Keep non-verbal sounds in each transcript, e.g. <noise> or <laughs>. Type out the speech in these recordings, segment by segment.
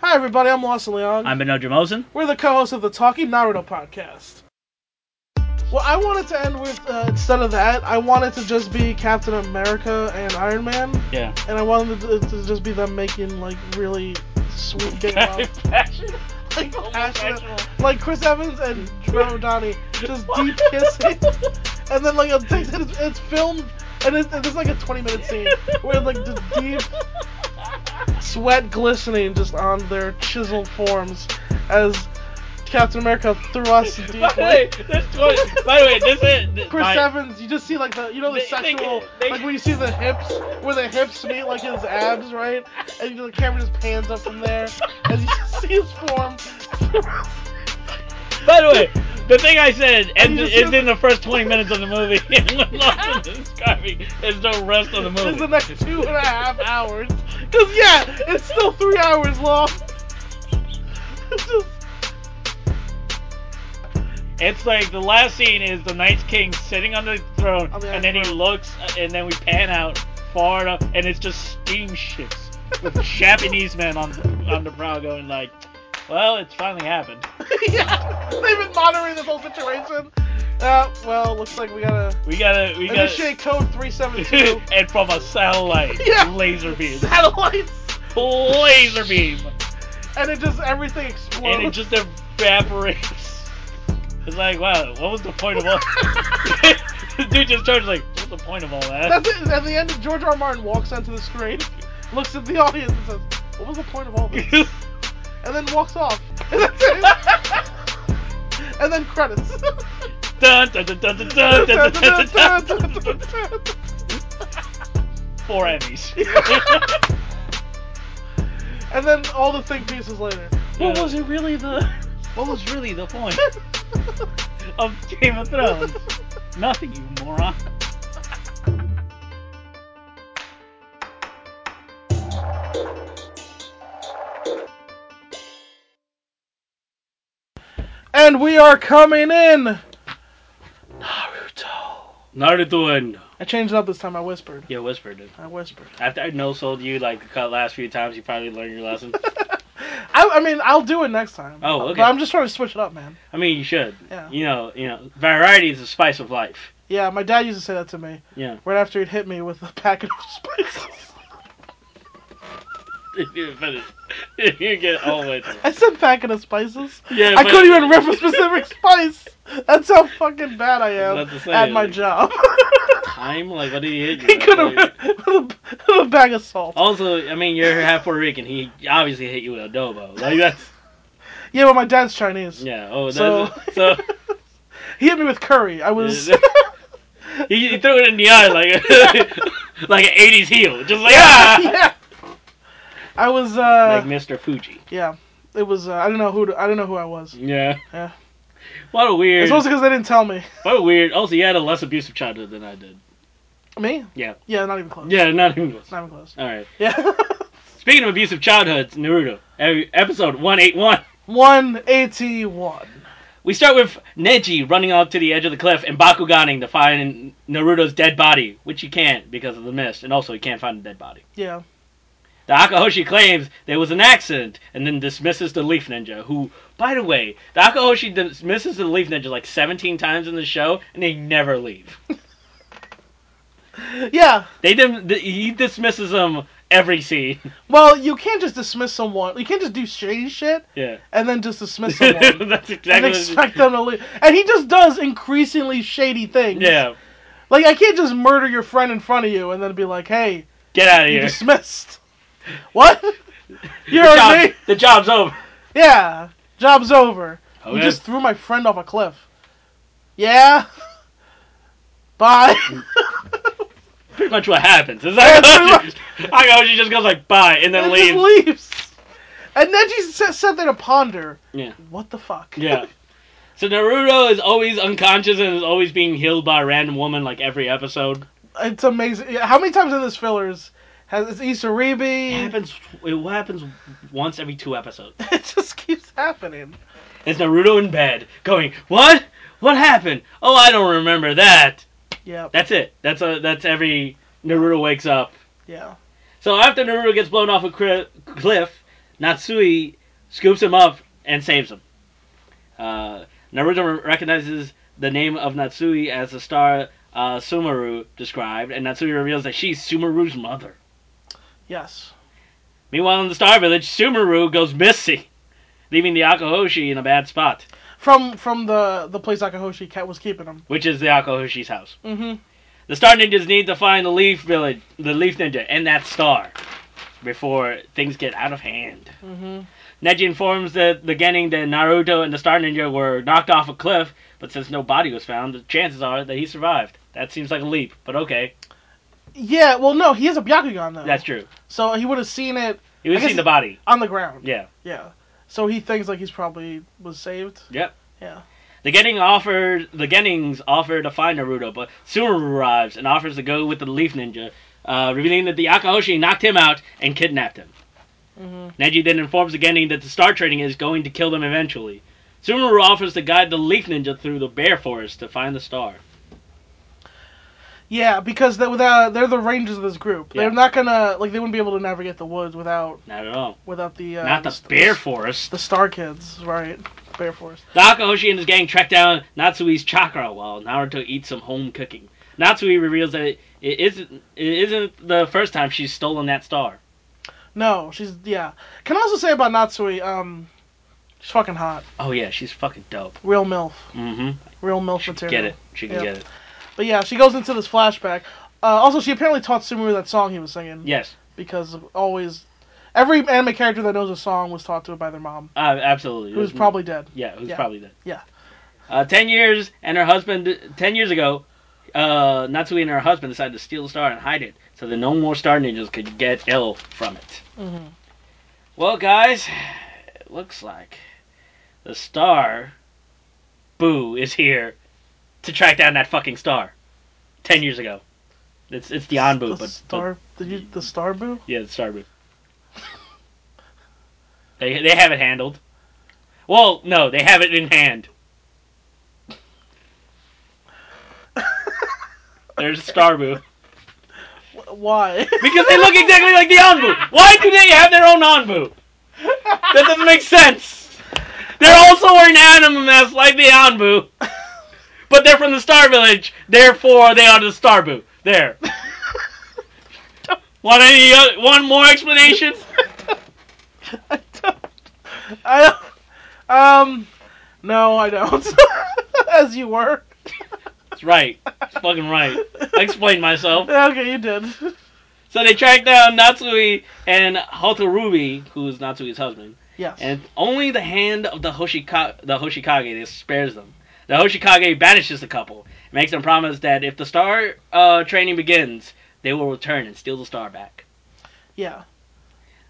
Hi, everybody. I'm Lawson Leong. I'm Benno Jamosin. We're the co-hosts of the Talking Naruto podcast. Well, I wanted to end with uh, instead of that, I wanted to just be Captain America and Iron Man, <laughs> Yeah. and I wanted to, uh, to just be them making like really sweet gay love, <laughs> Passion. <laughs> like passionate, like Chris Evans and Trevor Donnie just deep kissing, and then like a, <laughs> it's, it's filmed and it's, it's like a 20 minute scene where like the deep sweat glistening just on their chiseled forms as Captain America <laughs> thrusts deeply. By the way, this twi- by the way, this is th- Chris my- Evans, you just see like the you know the They- they- sexual they- like when you see the hips where the hips meet like his abs, right? And you know, the camera just pans up from there as you just see his form. <laughs> By the way, the thing I said and you is just in the first 20 minutes of the movie, <laughs> and what <laughs> Lawson is describing is the rest of the movie. It's the next two and a half hours. Cause yeah, it's still three hours long. <laughs> It's just It's like the last scene is the Night King sitting on the throne, On the and then he throne. looks, and then we pan out far enough, and it's just steam ships <laughs> with Japanese men on on the prow going like, "Well, it's finally happened." <laughs> yeah, they've been monitoring this whole situation. Uh, well, looks like we gotta We gotta, we gotta, initiate code 372. <laughs> and from a satellite, <laughs> Yeah. laser beam, Satellites, laser beam, and it just everything explodes. and it just evaporates. It's like, wow, what was the point of all? <laughs> Dude just turns like, what's the point of all that? That's it. At the end, George R. R. Martin walks onto the screen, <laughs> looks at the audience, and says, "What was the point of all this?" <laughs> and then walks off. And that's it. <laughs> and then credits. <laughs> Dun, dun, dun, dun, dun, dun, dun, dun, dun, dun, dun, dun. Four Emmys. and then all the think pieces later. What Yeah. was it really the? what was really the point of Game of Thrones? Nothing, you moron. <laughs> and we are coming in. Naruto. Naruto and I changed it up this time. I whispered. yeah, whispered it. I whispered. After I no sold you like the cut last few times, you probably learned your lesson. I, I mean, I'll do it next time. Oh, But okay. I'm just trying to switch it up, man. I mean, you should. Yeah. You know, you know, variety is the spice of life. Yeah, my dad used to say that to me Yeah. right after he'd hit me with a packet of spices. <laughs> you finish. you get all the way through. <laughs> I said packet of spices. <laughs> Yeah, I but- couldn't even remember a specific spice. That's how fucking bad I I was am about to say, at my like- job. <laughs> Time like what did he hit you? he with? could have <laughs> with, a- with a bag of salt. Also, I mean, you're half Puerto Rican. He obviously hit you with adobo. Like that's Yeah, but my dad's Chinese. yeah. Oh, So- <laughs> that's, so He hit me with curry. I was. <laughs> he, he threw it in the eye like <laughs> like an '80s heel, just like ah, yeah. I was. Uh, like Mr. Fuji. yeah. It was. Uh, I don't know who. to- I don't know who I was. Yeah. Yeah. What a weird. It's mostly because they didn't tell me. What a weird. Also, you had a less abusive childhood than I did. Me? Yeah. Yeah, not even close. Yeah, not even close. Not even close. All right. Yeah. <laughs> Speaking of abusive childhoods, Naruto, every- episode 181. 181. We start with Neji running off to the edge of the cliff and Bakuganing to find Naruto's dead body, which he can't because of the mist, and also he can't find the dead body. Yeah. The Akahoshi claims there was an accident and then dismisses the Leaf Ninja, who, by the way, the Akahoshi dismisses the Leaf Ninja like 17 times in the show, and they never <laughs> leave. Yeah. They dim- he dismisses them every scene. <laughs> Well, you can't just dismiss someone. You can't just do shady shit Yeah. and then just <laughs> dismiss someone That's and exactly expect them to leave. And he just does increasingly shady things. Yeah. Like I can't just murder your friend in front of you and then be like, "Hey, Get out of you here. dismissed." <laughs> what? You the, heard job- me? the job's over. Yeah. Job's over. You Okay. just threw my friend off a cliff. Yeah. <laughs> Bye. pretty much what happens. It's Yeah, like, pretty <laughs> I go, she just goes like, bye, and <laughs> then and leaves. just leaves. And Neji sat, sat there to ponder. Yeah. What the fuck? Yeah. So Naruto is always unconscious and is always being healed by a random woman like every episode. <laughs> It's amazing. Yeah, How many times in this fillers has it's Issa It Rae? happens. It happens once every two episodes. <laughs> It just keeps happening. It's Naruto in bed, going, "What? What happened? Oh, I don't remember that." Yeah, That's it. That's a. That's every Naruto wakes up. yeah. So after Naruto gets blown off a cri- cliff, Natsui scoops him up, and saves him. Uh, Naruto recognizes the name of Natsui as the star uh, Sumaru described, and Natsui reveals that she's Sumaru's mother. Yes. Meanwhile, in the Star Village, Sumaru goes missing, leaving the Akahoshi in a bad spot, From from the the place Akahoshi Cat was keeping him. which is the Akahoshi's house. Mm-hmm. The Star Ninjas need to find the Leaf Village, the Leaf Ninja, and that star before things get out of hand. Mm-hmm. Neji informs the, the Genin that Naruto and the Star Ninja were knocked off a cliff, but since no body was found, the chances are that he survived. That seems like a leap, but okay, Yeah. Well, no, he has a Byakugan though. that's true. So he would have seen it He was Uh-huh. I guess seen the body. on the ground. Yeah. Yeah. So he thinks like he's probably was saved. Yep. Yeah. The Genin offered the Genings offer to find Naruto, but Sumaru arrives and offers to go with the Leaf Ninja, uh, revealing that the Akahoshi knocked him out and kidnapped him. Mm-hmm. Neji then informs the Genin that the Star Trading is going to kill them eventually. Sumaru offers to guide the Leaf Ninja through the Bear Forest to find the star. Yeah, because they, without they're the rangers of this group. Yeah. They're not gonna like they wouldn't be able to navigate the woods without Not at all. without the uh, Not the Bear Forest. the Star Kids, right? Bear Force. The Akahoshi and his gang track down Natsui's chakra while Naruto eats some home cooking. Natsui reveals that it, it isn't it isn't the first time she's stolen that star. No, she's yeah. Can I also say about Natsui? Um, she's fucking hot. Oh yeah, she's fucking dope. Real milf. Mm-hmm. Real milf She can material. get it. She can Yeah. get it. But yeah, she goes into this flashback. Uh, also, she apparently taught Sumeru that song he was singing Yes, because of always every anime character that knows a song was taught to it by their mom, uh, absolutely. who's probably dead. yeah, who's yeah. probably dead. Yeah. Uh, ten years and her husband. Ten years ago, uh, Natsui and her husband decided to steal the star and hide it so that no more star ninjas could get ill from it. Mm-hmm. Well, guys, it looks like the star, Boo, is here to track down that fucking star. Ten years ago. It's it's the Anbu, the but, star. did you the star boo? but yeah, it's Star Boo. <laughs> they they have it handled. Well, no, they have it in hand. There's Star Boo. Wh- Why? Because they <laughs> look exactly like the Anbu. Why do they have their own Anbu? That doesn't make sense. They're also wearing anime masks like the Anbu, but they're from the Star Village. Therefore, they are the Starbu. There. Want any other, one more explanation? I don't. I don't. Um, no, I don't. <laughs> As you were. That's right. It's fucking right. I explained myself. <laughs> Okay, you did. So they track down Natsui and Hotorubi, who is Natsui's husband. Yes. And only the hand of the Hoshika- the Hoshikage that spares them. The Hoshikage banishes the couple, makes them promise that if the star uh, training begins, they will return and steal the star back. yeah.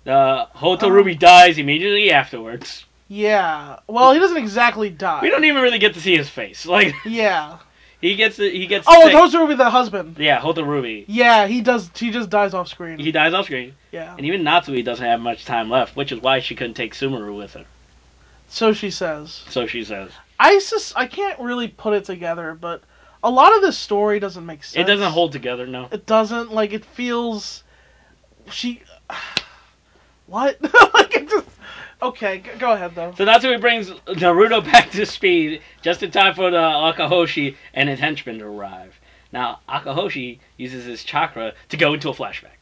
The Hotorubi Oh. dies immediately afterwards. Yeah. Well, he doesn't exactly die. We don't even really get to see his face. <laughs> Like Yeah. he gets he gets Oh, sick. those are with the husband. yeah, Hotorubi. Yeah, he does. He just dies off screen. He dies off screen, yeah. and even Natsui doesn't have much time left, which is why she couldn't take Sumaru with her. So she says. So she says I sus- I can't really put it together, but a lot of this story doesn't make sense. it doesn't hold together. No, It doesn't. Like it feels. She. <sighs> what? <laughs> like it just. Okay, g- go ahead though. So Natsumi brings Naruto <laughs> back to speed just in time for the Akahoshi and his henchmen to arrive. Now, Akahoshi uses his chakra to go into a flashback.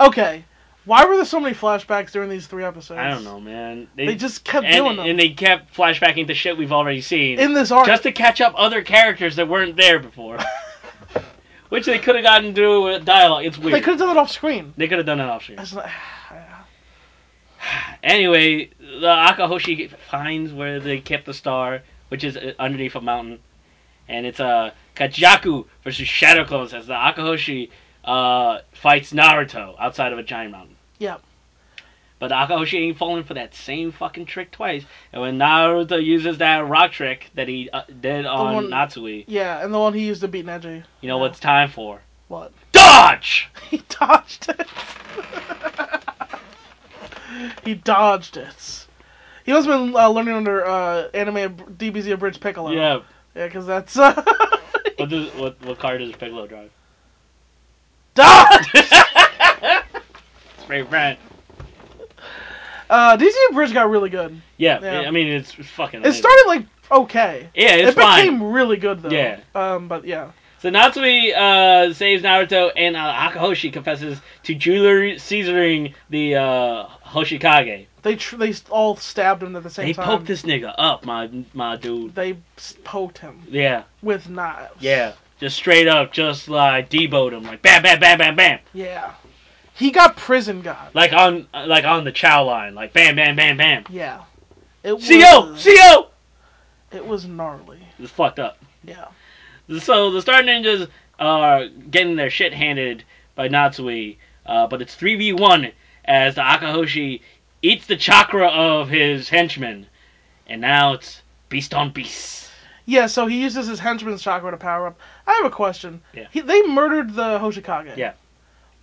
Okay. Why were there so many flashbacks during these three episodes? I don't know, man. They just kept and, doing them And they kept flashbacking to shit we've already seen. in this arc. just to catch up other characters that weren't there <laughs> before. Which they could have gotten through with dialogue. It's weird. they could have done it off screen. They could have done it off screen. That's not- <sighs> Anyway, the Akahoshi finds where they kept the star, which is uh, underneath a mountain, and it's uh, Kajaku versus Shadow Clones as the Akahoshi uh, fights Naruto outside of a giant mountain. Yep. But the Akahoshi ain't falling for that same fucking trick twice, and when Naruto uses that rock trick that he uh, did on one- Natsui, yeah, and the one he used to beat Neji. you know Yeah. what's time for? What? Dodge! He dodged it. <laughs> he dodged it. He must have been uh, learning under uh, anime ab- DBZ Abridged Piccolo. Yeah. Yeah, because that's. Uh, <laughs> What, does, what what car does Piccolo drive? dodge! Spray brand. Uh, DCU Bridge got really good. Yeah, Yeah. I mean it's fucking. It amazing. started like okay. Yeah, it's it fine. became really good though. Yeah. Um, but yeah. So Natsumi uh, saves Naruto, and uh, Akahoshi confesses to Jewelry Caesaring the uh, Hoshikage. They tr- they s- all stabbed him at the same They time. poked this nigga up, my my dude. They s- poked him Yeah, with knives. yeah. Just straight up, just like deboed him, like bam, bam, bam, bam, bam, Yeah. He got prison guard. like on like on the chow line, like bam, bam, bam, bam. Yeah. It was. Co, co. It was gnarly. It's fucked up. Yeah. So the Star Ninjas are getting their shit handed by Natsui, uh, but it's 3v1 as the Akahoshi eats the chakra of his henchman, and now it's beast on beast. Yeah. So he uses his henchman's chakra to power up. I have a question. Yeah. He, they murdered the Hoshikage. Yeah.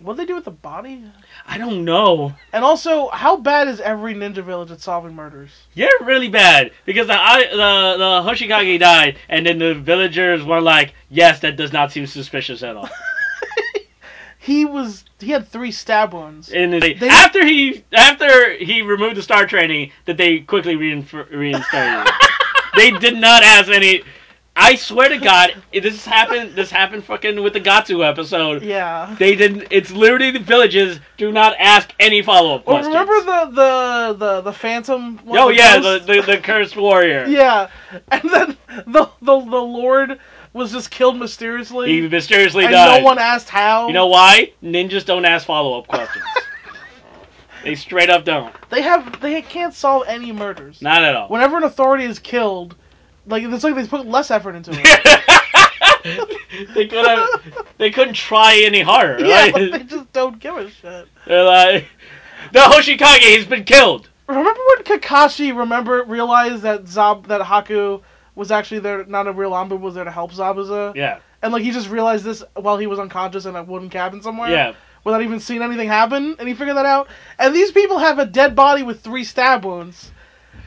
What they do with the body? I don't know. And also, how bad is every ninja village at solving murders? You're really bad because the, I, the the Hoshikage died, and then the villagers were like, "Yes, that does not seem suspicious at all." He was. He had three stab wounds. And they, They- after he after he removed the star training, that they quickly reinf- <laughs> reinstated. it. they did not ask any. I swear to God, if this happened. This happened fucking with the Gatsu episode. <laughs> yeah. They didn't. It's literally the villages do not ask any follow up Well, questions. remember the the the the phantom. one Oh with yeah, the, ghosts? the the cursed warrior. <laughs> yeah, and then the the the lord was just killed mysteriously, He mysteriously and died. no one asked how. You know why? Ninjas don't ask follow <laughs> up questions. they straight up don't. they have they can't solve any murders. Not at all. Whenever an authority is killed, like it's like they put less effort <laughs> into it. they could have. They couldn't try any <laughs> harder. yeah, Right? like, they just don't give a shit. They're like, the Hoshikage, he's been killed. Remember when Kakashi remember realized that Zab that Haku was actually there, not a real Anbu was there to help Zabuza, Yeah, and like he just realized this while he was unconscious in a wooden cabin somewhere. yeah. without even seeing anything happen, and he figured that out. And these people have a dead body with three stab wounds,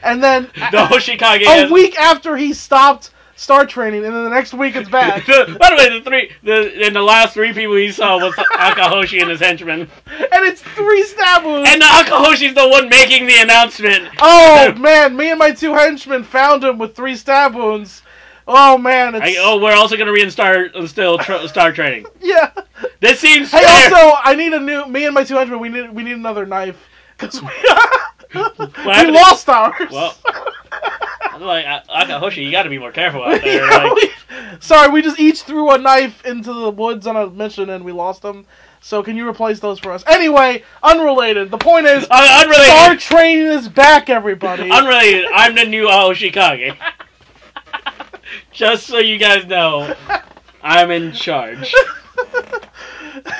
and <laughs> then The Hoshikage. a has- week after he stopped star training, and then the next week it's <laughs> back. the, <laughs> by the way, the three, the and the last three people he saw was Akahoshi and his henchmen, and it's three stab wounds. and the Akahoshi's the one making the announcement. <laughs> oh man, me and my two henchmen found him with three stab wounds. Oh man, it's I, oh, we're also gonna reinstart uh, still tr- star training. yeah. This seems Hey, fair. also, I need a new. Me and my two henchmen, we need we need another knife because we, <laughs> we happened? lost ours. <laughs> Well, I'm like "A- Akahoshi, you got to be more careful out there. Yeah, <laughs> like, we- sorry, we just each threw a knife into the woods on a mission and we lost them. So can you replace those for us? Anyway, unrelated. The point is, un- <laughs> unrelated. Star Training is back, everybody. Unrelated, I'm the new Aoshikage. Just so you guys know, I'm in charge. <laughs>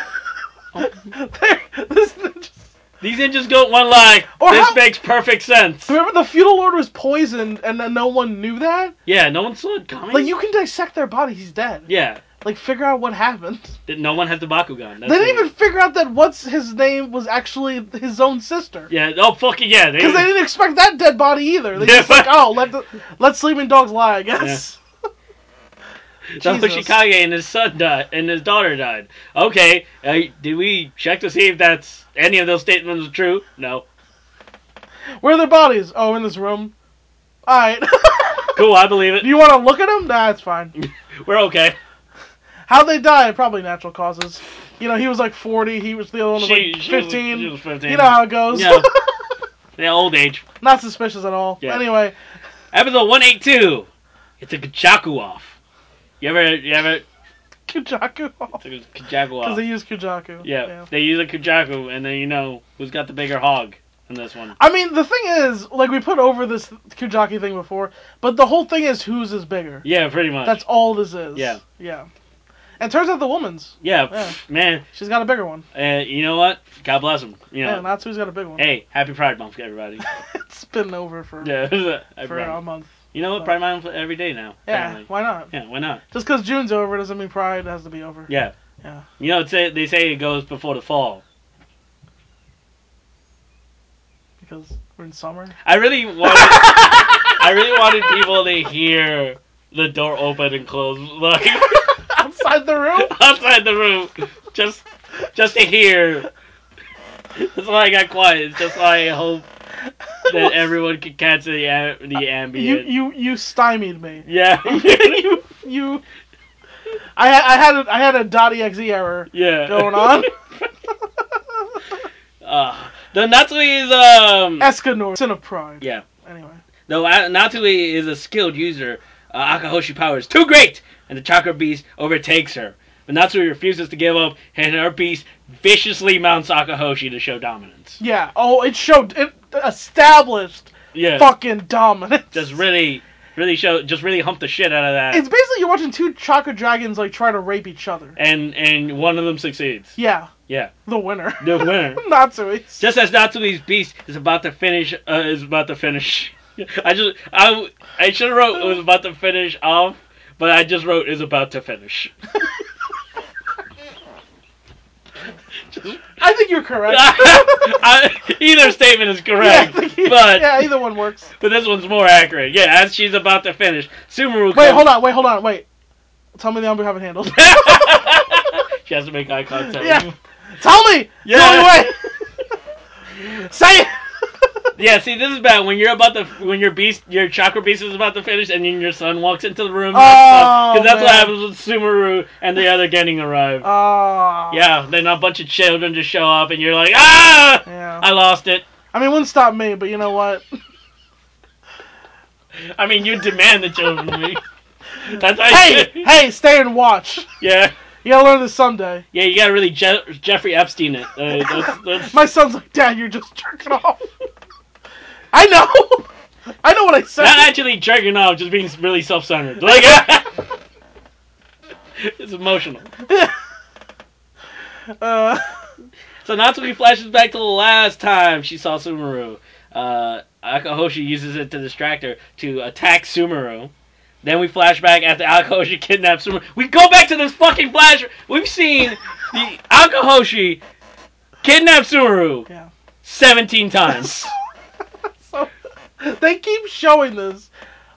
There- this- <laughs> These ninjas go one like, Or this how- makes perfect sense. remember, the feudal lord was poisoned and then no one knew that. Yeah, no one saw it coming. Like you can dissect their body; he's dead. yeah, Like figure out what happened. that no one has the Bakugan. That's they didn't it. even figure out that what's his name was actually his own sister. Yeah, oh fucking yeah. They, Because they didn't expect that dead body either. They Yeah. just like, oh, let the, let sleeping dogs lie, I guess. the Jesus. Hoshikage and his son died, and his daughter died. Okay, uh, did we check to see if that's any of those statements are true? No. Where are their bodies? Oh, in this room. All right. Cool, I <laughs> believe Do it. you want to look at them? Nah, it's fine. We're okay. How they died? Probably natural causes. You know, he was like 40. He was the other one was She- like she was- 15. she was 15. You know how it goes. Yeah. yeah, old age. <laughs> Not suspicious at all. Yeah. Anyway, Episode 182. It's a Kajaku off. You ever, you ever, Kujaku. it's a Kajaku Because off. they use Kujaku. yeah, they use a Kajaku, and then you know who's got the bigger hog in this one. I mean, the thing is, like, we put over this Kujaki thing before, but the whole thing is whose is bigger. Yeah, pretty much. That's all this is. Yeah. Yeah. And turns out the woman's. yeah, yeah. man. She's got a bigger one. Uh, you know what? God bless him. You Yeah, know. Natsu's got a big one. hey, happy Pride Month, everybody. <laughs> <laughs> it's been over for yeah, <laughs> happy for Pride a Month. month. You know what? Pride Month every day now. Yeah, Apparently. why not? Yeah, why not? Just because June's over doesn't mean Pride has to be over. Yeah. Yeah. You know, it's, they say it goes before the fall. Because we're in summer. <laughs> I really wanted, I really wanted people to hear the door open and close, <laughs> like <laughs> Outside the room. outside the room, just, just to hear That's why I got quiet. It's just why I hope that everyone can catch the am- <laughs> the you ambient. you you stymied me. <laughs> <laughs> yeah. you you. I had I had a, I had a Dotty exe error yeah. going on. <laughs> Uh, the Natsui is um. Escanor, sin of pride. yeah. Anyway, No, A- Natsui is a skilled user. Uh, Akahoshi power is too great, and the chakra beast overtakes her. But Natsui refuses to give up, and her beast viciously mounts Akahoshi to show dominance. yeah. Oh, it showed it established Yeah. fucking dominance. Just really, really show, just really hump the shit out of <laughs> that. It's basically you're watching two chakra dragons like try to rape each other. and and one of them succeeds. Yeah. Yeah. The winner. <laughs> The winner. Natsui. Just as Natsumi's beast is about to finish, uh, is about to finish. <laughs> I just, I, I should have wrote was about to finish off, but I just wrote is about to finish. <laughs> I think you're <laughs> correct. <laughs> I- either statement is yeah, <laughs> I correct, think you- but yeah, either one <laughs> works. but this one's more accurate. Yeah, as she's about to finish, Sumaru. Wait, hold on, wait, hold on, wait. Tell me the umber haven't handled. <laughs> <laughs> she has to make eye contact. Yeah. Tell me. Yeah. The only <laughs> way. Say it. Yeah, see, this is bad when you're about to when your beast, your chakra beast is about to finish, and then your son walks into the room. Oh, because that's what man. happens with Sumaru and the other getting arrive. Ah. yeah, then a bunch of children just show up, and you're like, ah, Yeah. I lost it. I mean, it wouldn't stop me, but you know <laughs> what? I mean, you demand the children <laughs> to me. That's how you hey, should- hey, stay and watch. yeah, You gotta learn this someday. yeah, you gotta really Je- Jeffrey Epstein it. Uh, <laughs> that's, that's, My son's like, Dad, you're just jerking off. <laughs> I know. I know what I said. not actually jerking off, just being <laughs> really self-centered. Like, <laughs> ah. it's emotional. <laughs> uh, So Natsumi flashes back to the last time she saw Sumaru. Uh, Akahoshi uses it to distract her to attack Sumaru. Then we flash back after Akahoshi kidnaps Sumaru. We go back to this fucking flash. We've seen the Akahoshi kidnap Sumaru Yeah. 17 times. <laughs> so they keep showing this.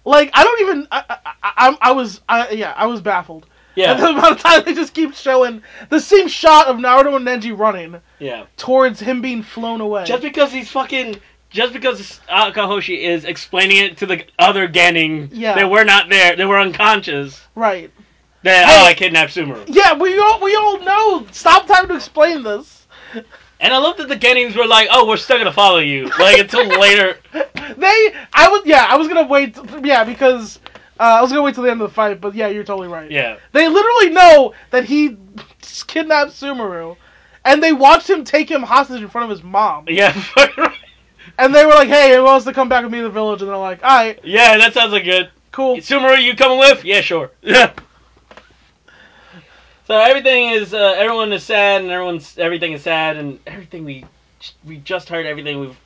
Like I don't even. I I, I, I'm- I was. I, yeah, I was baffled. At the Yeah. amount of time they just keep showing the same shot of Naruto and Nenji running <laughs> Yeah. towards him being flown away. Just because he's fucking. Just because Akahoshi is explaining it to the other Genin Yeah. that we're not there, that we're unconscious, right. that, Hey. oh, I kidnapped Sumaru. Yeah, we all we all know. Stop time to explain this. And I love that the Gennings were like, "Oh, we're still gonna follow you," like until later. They, I was, yeah, I was gonna wait, yeah, because uh, I was gonna wait till the end of the fight, but yeah, you're totally right. Yeah, They literally know that he <laughs> kidnapped Sumaru, and they watched him take him hostage in front of his mom. yeah, <laughs> fucking right. And they were like, "Hey, who wants to come back with me to the village?" And they're like, "All right, yeah. That sounds like good. cool." Sumaru, you coming with? Yeah, sure. Yeah. so everything is, uh, everyone is sad, and everyone's everything is sad, and everything we we just heard everything we've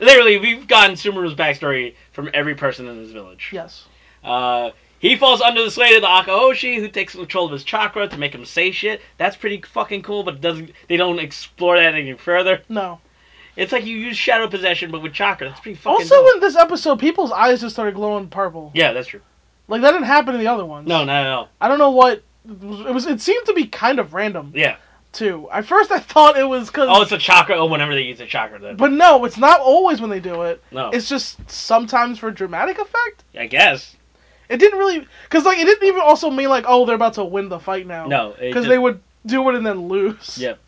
literally we've gotten Sumaru's backstory from every person in this village. Yes. Uh, he falls under the sway of the Akahoshi, who takes control of his chakra to make him say shit. That's pretty fucking cool, but it doesn't they don't explore that any further. No. It's like you use shadow possession, but with chakra. That's pretty fucking. Also, dope. in this episode, people's eyes just started glowing purple. yeah, that's true. Like that didn't happen in the other ones. No, not at all. I don't know what it was. It seemed to be kind of random Yeah. too. At first, I thought it was because. Oh, it's a chakra. Oh, whenever they use a chakra, then. but no, it's not always when they do it. No, It's just sometimes for dramatic effect. I guess. It didn't really, because like it didn't even also mean like oh they're about to win the fight now. No, it because just- they would do it and then lose. Yep.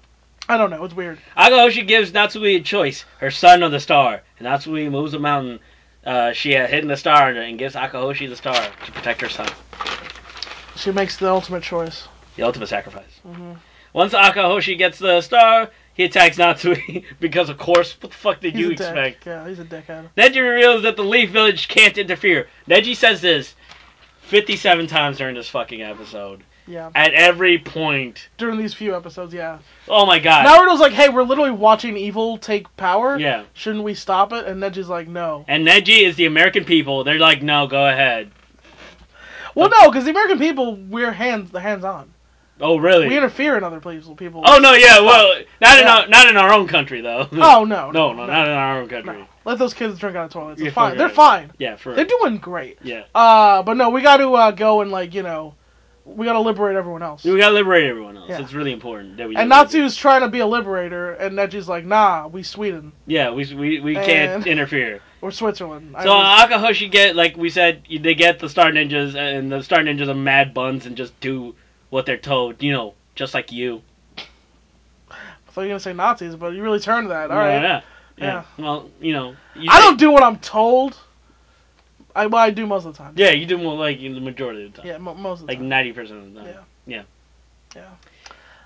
I don't know. It's weird. Agahoshi gives Natsui a choice: her son or the star. And Natsui moves a mountain. Uh, she had hidden the star under it and gives Akahoshi the star to protect her son. She makes the ultimate choice. The ultimate sacrifice. Mhm. Once Akahoshi gets the star, he attacks Natsui <laughs> because, of course, what the fuck did He's you a dick. expect? Yeah, he's a dickhead. Neji reveals that the Leaf Village can't interfere. Neji says this 57 times during this fucking episode. Yeah. At every point. During these few episodes, yeah. Oh my god. Naruto's like, hey, we're literally watching evil take power. Yeah. Shouldn't we stop it? And Neji's like, no. And Neji is the American people. They're like, no, go ahead. Well, no, because the American people, we're hands the hands on. Oh, really? We interfere in other people's people. oh, no, yeah, well, not, in Yeah. our, not in our own country, though. Oh no. <laughs> No, no, not in our own country. No. Let those kids drink out of toilets. Yeah, It's fine. fuck They're it. fine. Yeah, for They're doing great. Yeah. Uh, but no, we got to uh, go and like you know, we gotta liberate everyone else. We gotta liberate everyone else. Yeah. It's really important that we. And liberate- Natsu is trying to be a liberator, and Neji's like, nah, we Sweden Yeah, we we, we can't And- interfere. or Switzerland. So I uh, Akahoshi get like we said, they get the Star Ninjas, and the Star Ninjas are mad buns and just do what they're told. You know, just like you. thought you were gonna say Nazis, but you really turned that. All right. uh, Yeah. yeah. Well, you know. You I don't do what I'm told. I well, I do most of the time. Yeah, you do more like in the majority of the time. Yeah, mo- most of the Like time. ninety percent of the time.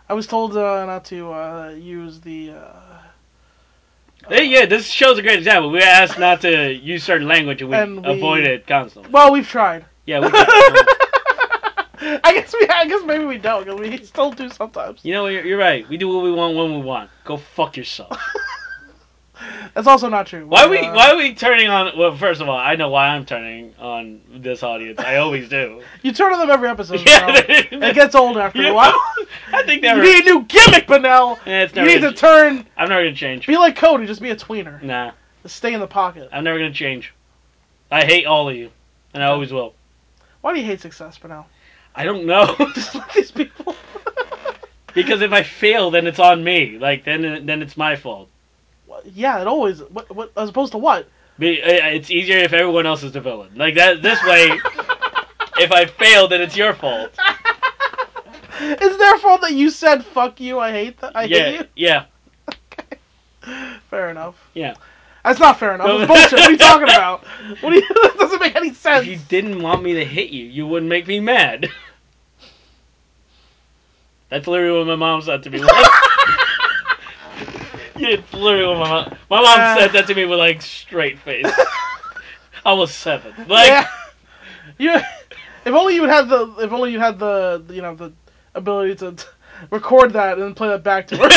I was told uh, not to uh, use the. Uh, Hey, yeah, this show's a great example. We were asked not to use certain language, and we, And we- avoid it constantly. well, we've <laughs> tried. Yeah, we did. <laughs> I guess we. I guess maybe we don't, 'cause we still do sometimes. you know, you're, you're right. We do what we want when we want. Go <laughs> fuck yourself. That's also not true. Why we Uh, Why we turning on? Well, first of all, I know why I'm turning on this audience. I always do. You turn on them every episode. <laughs> yeah, Benel. Oh, It gets old after Yeah. a while. <laughs> I think You never. need a new gimmick, Benel. Yeah, it's You never. need gonna to ch- turn. I'm never gonna change. Be like Cody, just be a tweener. Nah, Just stay in the pocket. I'm never gonna change. I hate all of you, and I always will. Why do you hate success, <laughs> Benel? I don't know. <laughs> Just like these people. <laughs> Because if I fail, then it's on me. Like then, then it's my fault. Well, yeah, it always. What, what, as opposed to what? Be- uh, It's easier if everyone else is the villain. Like that. This way, <laughs> if I fail, then it's your fault. It's their fault that you said "fuck you." I hate that. I yeah, hate yeah. you. Fair enough. Yeah. That's not fair enough. No. It's bullshit. What are you talking about? What do you? <laughs> that doesn't make any sense. If you didn't want me to hit you, you wouldn't make me mad. <laughs> That's literally what my mom said to me. Like, <laughs> yeah, it's literally what my mom. My mom Uh. said that to me with like <laughs> straight face. I was seven. Like, yeah. <laughs> You. If only you had the. If only you had the. You know the ability to t- record that and play that back to <laughs> her. <laughs>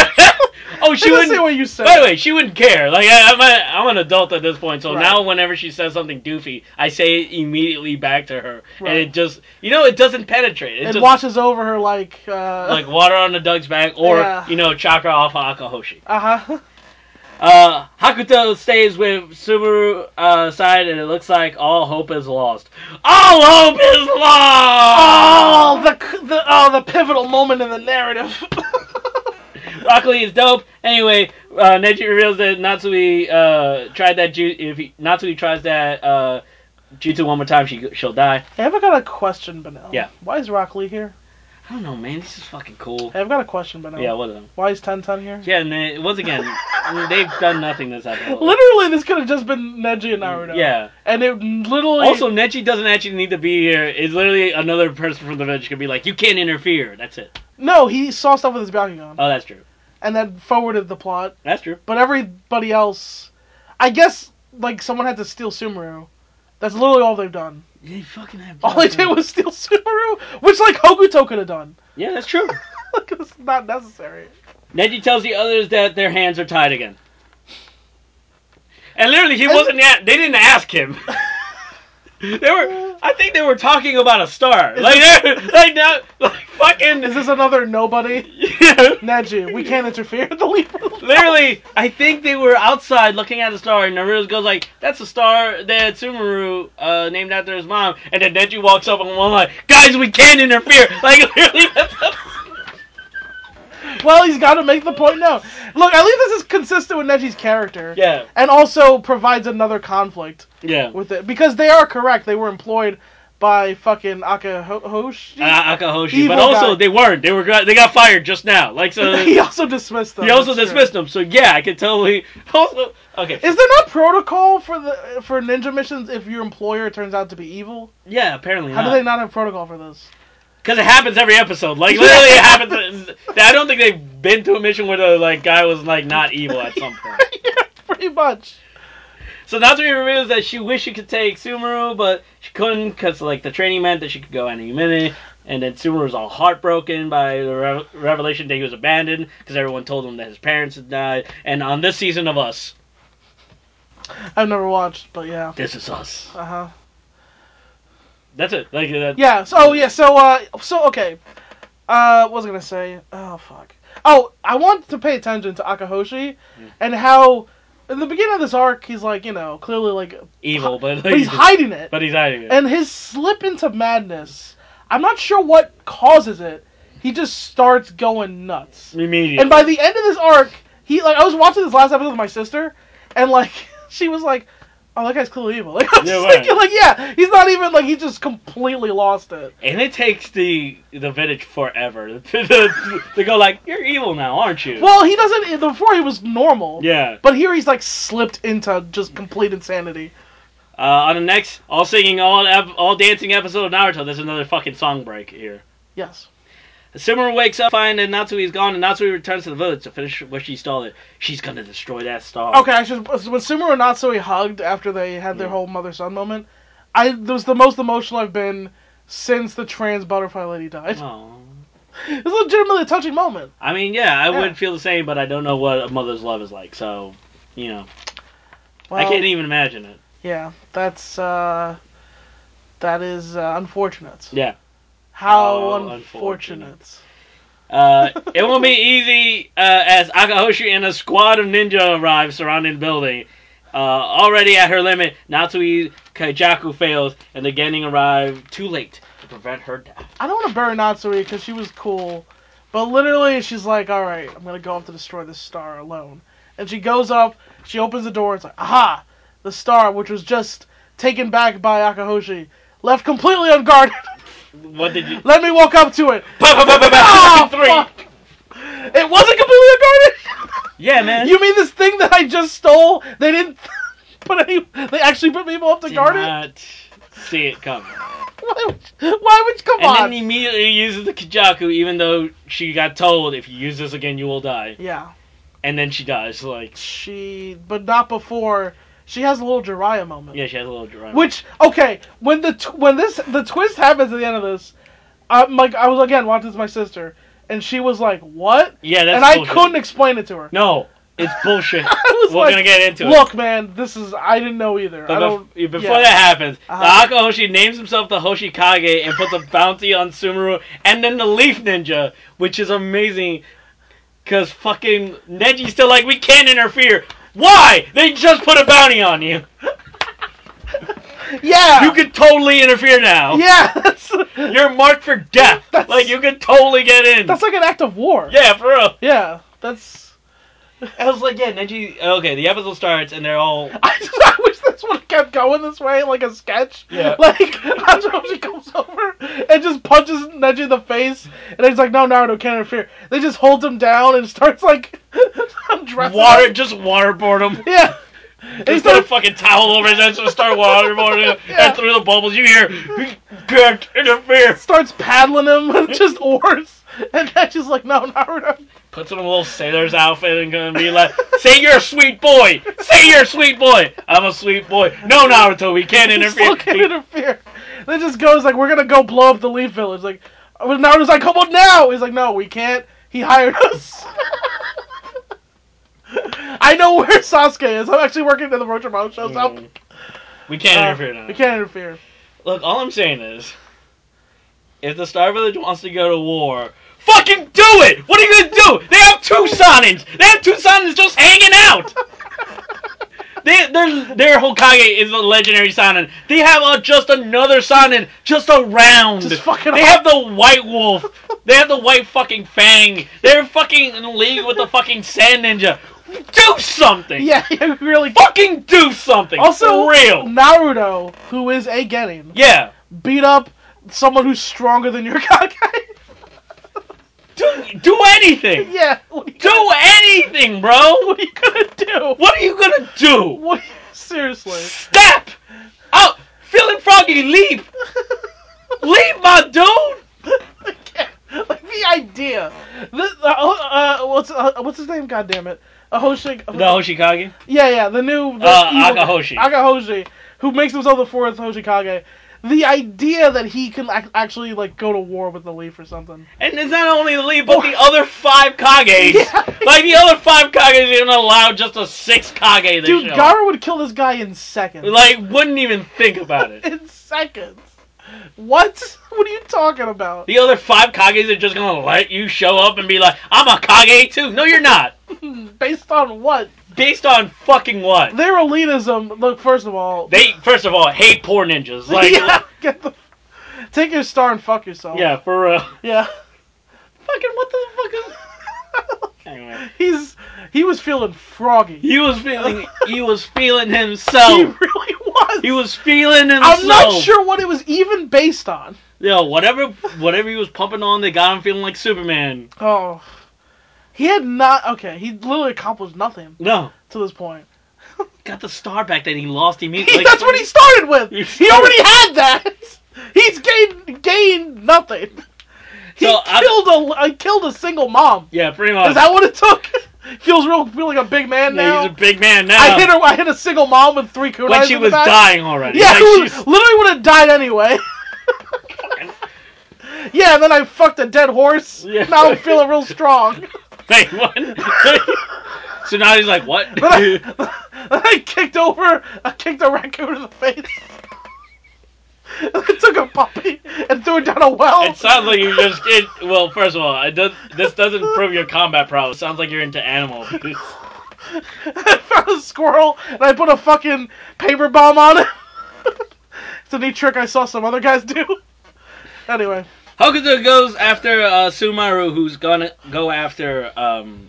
oh, she she would say wouldn't. what you said. By the way, she wouldn't care. Like I, I'm, a, I'm an adult at this point, so Right. now whenever she says something doofy, I say it immediately back to her, and Right. it just, you know, it doesn't penetrate. It it just watches over her like. Uh, <laughs> like water on the duck's back, or Yeah. you know, chakra off of Akahoshi. Uh <laughs> huh. Uh, Hakuto stays with Subaru uh, side, and it looks like all hope is lost. All hope is Oh, lost. the, c- the oh the pivotal moment in the narrative. <laughs> Luckily, it's dope. Anyway, uh, Neji reveals that Natsui uh, tried that. Ju- if he, Natsui tries that uh, jutsu one more time, she she'll die. hey, I've got a question, Benel. Yeah. Why is Rock Lee here? I don't know, man. This is fucking cool. Hey, I've got a question, Benel. Yeah, one of them. Why is Ten Ten here? Yeah, and they, once again, they've done nothing this episode. Literally, this could have just been Neji and Naruto. Yeah. And it literally. Also, Neji doesn't actually need to be here. It's literally another person from the village could be like, "You can't interfere." That's it. No, he saw stuff with his Bakugan. Oh, that's true. and then forwarded the plot. That's true. But everybody else. I guess, like, someone had to steal Sumeru. That's literally all they've done. They fucking have. All they did was steal Sumeru, which, like, Hokuto could have done. <laughs> Yeah, that's true. Like, it's not necessary. Neji tells the others that their hands are tied again. And literally, he And- wasn't. A- they didn't ask him. <laughs> they were. I think they were talking about a star. Like, they were- <laughs> like now, like fucking. <laughs> Is this another nobody? Yeah. Neji, we can't interfere. The leader. Literally, I think they were outside looking at a star, and Naruto goes like, "That's a star that Sumaru uh, named after his mom." And then Neji walks up and one like, "Guys, we can't interfere." <laughs> Like literally, that's Well, he's got to make the point now. Look, at least this is consistent with Neji's character. <laughs> yeah, And also provides another conflict yeah. with it. Because they are correct. They were employed by fucking Akahoshi. uh, Akahoshi, Evil but also guy. they weren't. They were got- they got fired just now. <laughs> Like so, he he also dismissed them. also Oh, that's true. dismissed them. So yeah, I could totally <laughs> also okay. Is there not protocol for the for ninja missions if your employer turns out to be evil? yeah, apparently How do they not not have protocol for this? <laughs> because it happens every episode. Like literally, it happens. I don't think they've been to a mission where the like guy was like not evil at some point. yeah, pretty much. So Natsumi reveals that she wished she could take Sumaru, but she couldn't because like the training meant that she could go any minute. And then Sumaru's all heartbroken by the re- revelation that he was abandoned because everyone told him that his parents had died. And on this season of Us, I've never watched, but yeah. this is us. Uh huh. That's it. Like that. Yeah. So oh, yeah. So uh. So okay. Uh, what was I gonna say? Oh fuck. Oh, I want to pay attention to Akahoshi and how in the beginning of this arc he's like you know clearly like evil, but, but he's hiding it But he's hiding it. and his slip into madness. I'm not sure what causes it. He just starts going nuts. Immediately. And by the end of this arc, he like I was watching this last episode with my sister, and like <laughs> she was like, "Oh, that guy's clearly evil." <laughs> Like I was Yeah, just right. thinking, like yeah, he's not even like he just completely lost it. and it takes the the village forever <laughs> to, to, to go like you're evil now, aren't you? Well, he doesn't. eh, Before he was normal. yeah. But here he's like slipped into just complete insanity. Uh, on the next all singing, all ep- all dancing episode of Naruto, there's another fucking song break here. Yes. Sumeru wakes up, finding that Natsui is gone, and Natsui returns to the village to finish what she stole. It. She's gonna destroy that star. Okay, actually, when Sumeru and Natsui hugged after they had their Yeah. whole mother son moment, I it was the most emotional I've been since the trans butterfly lady died. <laughs> Aw. It was legitimately a touching moment. I mean, yeah, I Yeah. would feel the same, but I don't know what a mother's love is like, so you know, I Well, can't even imagine it. Yeah, that's uh, that is uh, unfortunate. Yeah. How How unfortunate. Uh, it won't be easy uh, as Akahoshi and a squad of ninja arrive surrounding the building. Uh, already at her limit, Natsui Kaijaku fails, and the Genin arrive too late to prevent her death. I don't want to burn Natsui because she was cool, but literally she's like, "All right, I'm gonna go up to destroy this star alone." And she goes up, she opens the door, it's like, "Aha!" The star, which was just taken back by Akahoshi, left completely unguarded. <laughs> What did you? Let me walk up to it. <laughs> Ah, fuck. fuck. It wasn't completely unguarded. <laughs> Yeah, man. You mean this thing that I just stole? They didn't <laughs> put any. They actually put people up to did guard it. not see it coming. Why would, why would come And on? then he immediately uses the Kijaku, even though she got told if you use this again, you will die. yeah, And then she dies. Like, she. But not before she has a little Jiraiya moment. yeah, she has a little drama. Which okay, when the tw- when this the twist happens at the end of this, I'm like I was again watching this with my sister, and she was like, "What?" yeah, that's and I bullshit. couldn't explain it to her. No, it's bullshit. <laughs> I was We're like, gonna get into it. Look, man, this is I didn't know either. So I bef- don't. before yeah. that happens, Uh-huh. the Akahoshi names himself the Hoshikage and puts a bounty on Sumeru and then the Leaf Ninja, which is amazing because fucking Neji's still like, we can't interfere. Why? They just put a bounty on you. Yeah. You could totally interfere <laughs> now. Yeah. That's, You're marked for death. That's- like, you could totally get in. that's like an act of war. yeah, for real. Yeah, that's. <laughs> I was like, yeah, Neji. Okay, the episode starts and they're all. I just I wish this would have kept going this way, like a sketch. Yeah. <laughs> Like Hatsumushi comes over and just punches Neji in the face, and he's like, "No, Naruto can't interfere." They just hold him down and starts like <laughs> undressing. <laughs> Water, him. just waterboard them. Yeah. And he Just put started, a fucking towel over his head so start waterboarding him, Yeah. and through the bubbles you hear, "You can't interfere. starts paddling him <laughs> <laughs> with just oars, and Neji's like, "No, Naruto." Puts on a little sailor's outfit and gonna be like, say you're a sweet boy! Say you're a sweet boy! I'm a sweet boy. No, Naruto, we can't You still interfere. can't interfere. Then just goes like, "We're gonna go blow up the Leaf Village." Like, uh, but Naruto's like, "Come on now!" He's like, "No, we can't. He hired us." <laughs> I know where Sasuke is. I'm actually working at the Rochimon shows up. Mm. We can't Uh, interfere now. We can't interfere. <laughs> Look, all I'm saying is, if the Star Village wants to go to war, fucking do it! What are you gonna do? They have two Sonins! They have two Sonins just hanging <laughs> out! They, their, their Hokage is a legendary Sonnen. They have uh just another Sonnen just around. Just fucking they have the White Wolf. They have the White fucking Fang. They're fucking in league with the fucking Sand Ninja. Do something. Yeah, you really. Fucking do something. Also, For real. Naruto, who is a getting, Yeah. beat up someone who's stronger than your <laughs> Kage. Do do anything. yeah, <laughs> what are, you, Do anything, bro. what are you gonna do? What are you gonna do? What? Seriously. <laughs> Step out. Feeling froggy. Leap. Leap, my dude. <laughs> I can't- like the idea. This, uh, uh, what's uh, what's his name? God damn it, Ahoshi. The Hoshikage. Yeah, yeah, the new the Uh, evil- Akahoshi. Akahoshi, who makes himself the fourth Hoshikage. The idea that he can ac- actually like go to war with the Leaf or something. And it's not only the lead, but the other five Oh. Kages. Yeah. Like the other five Kages even allowed just a six Kage. They Dude, show. Gara would kill this guy in seconds. like wouldn't even think about <laughs> it. in seconds. What? <laughs> What are you talking about? The other five Kages are just gonna let you show up and be like, "I'm a Kage too." No, you're not. <laughs> Based on what? Based on fucking what? Their <laughs> elitism. Look, first of all, <laughs> They first of all hate poor ninjas. Like yeah, get the, Take your star and fuck yourself. Yeah, for real. Yeah. <laughs> Fucking what <laughs> the fuck is. Anyway, He's he was feeling froggy. he was feeling he <laughs> was feeling He himself. really was. He was feeling himself. I'm not sure what it was even based on. Yo, whatever whatever he was pumping on, they got him feeling like Superman. Oh. He had not. Okay, he literally accomplished nothing No, to this point. <laughs> got the star back that he lost. He made He- <laughs> like, that's what he started with. You He already had that. <laughs> He's gained gained nothing. He So, I- killed a I killed a single mom. Yeah, pretty much. Is that what it took? <laughs> Feels real feeling a big man Yeah, now. he's a big man now. I hit her. I hit a single mom with three kunais when she in was the back. dying <laughs> already. Yeah, Like, who <laughs> she's- literally would have died anyway. <laughs> yeah, and then I fucked a dead horse. Yeah. Now I'm feeling real <laughs> strong. Wait, what? so now he's like, what? <laughs> Then I, <laughs> then I kicked over, I kicked a raccoon in the face. <laughs> I took a puppy and threw it down a well. It sounds like you just. It, well, first of all, it does, this doesn't prove your combat prowess. It sounds like you're into animal abuse. <laughs> I found a squirrel and I put a fucking paper bomb on it. <laughs> it's a neat trick I saw some other guys do. <laughs> Anyway, Hokuto goes after uh, Sumaru, who's gonna go after um,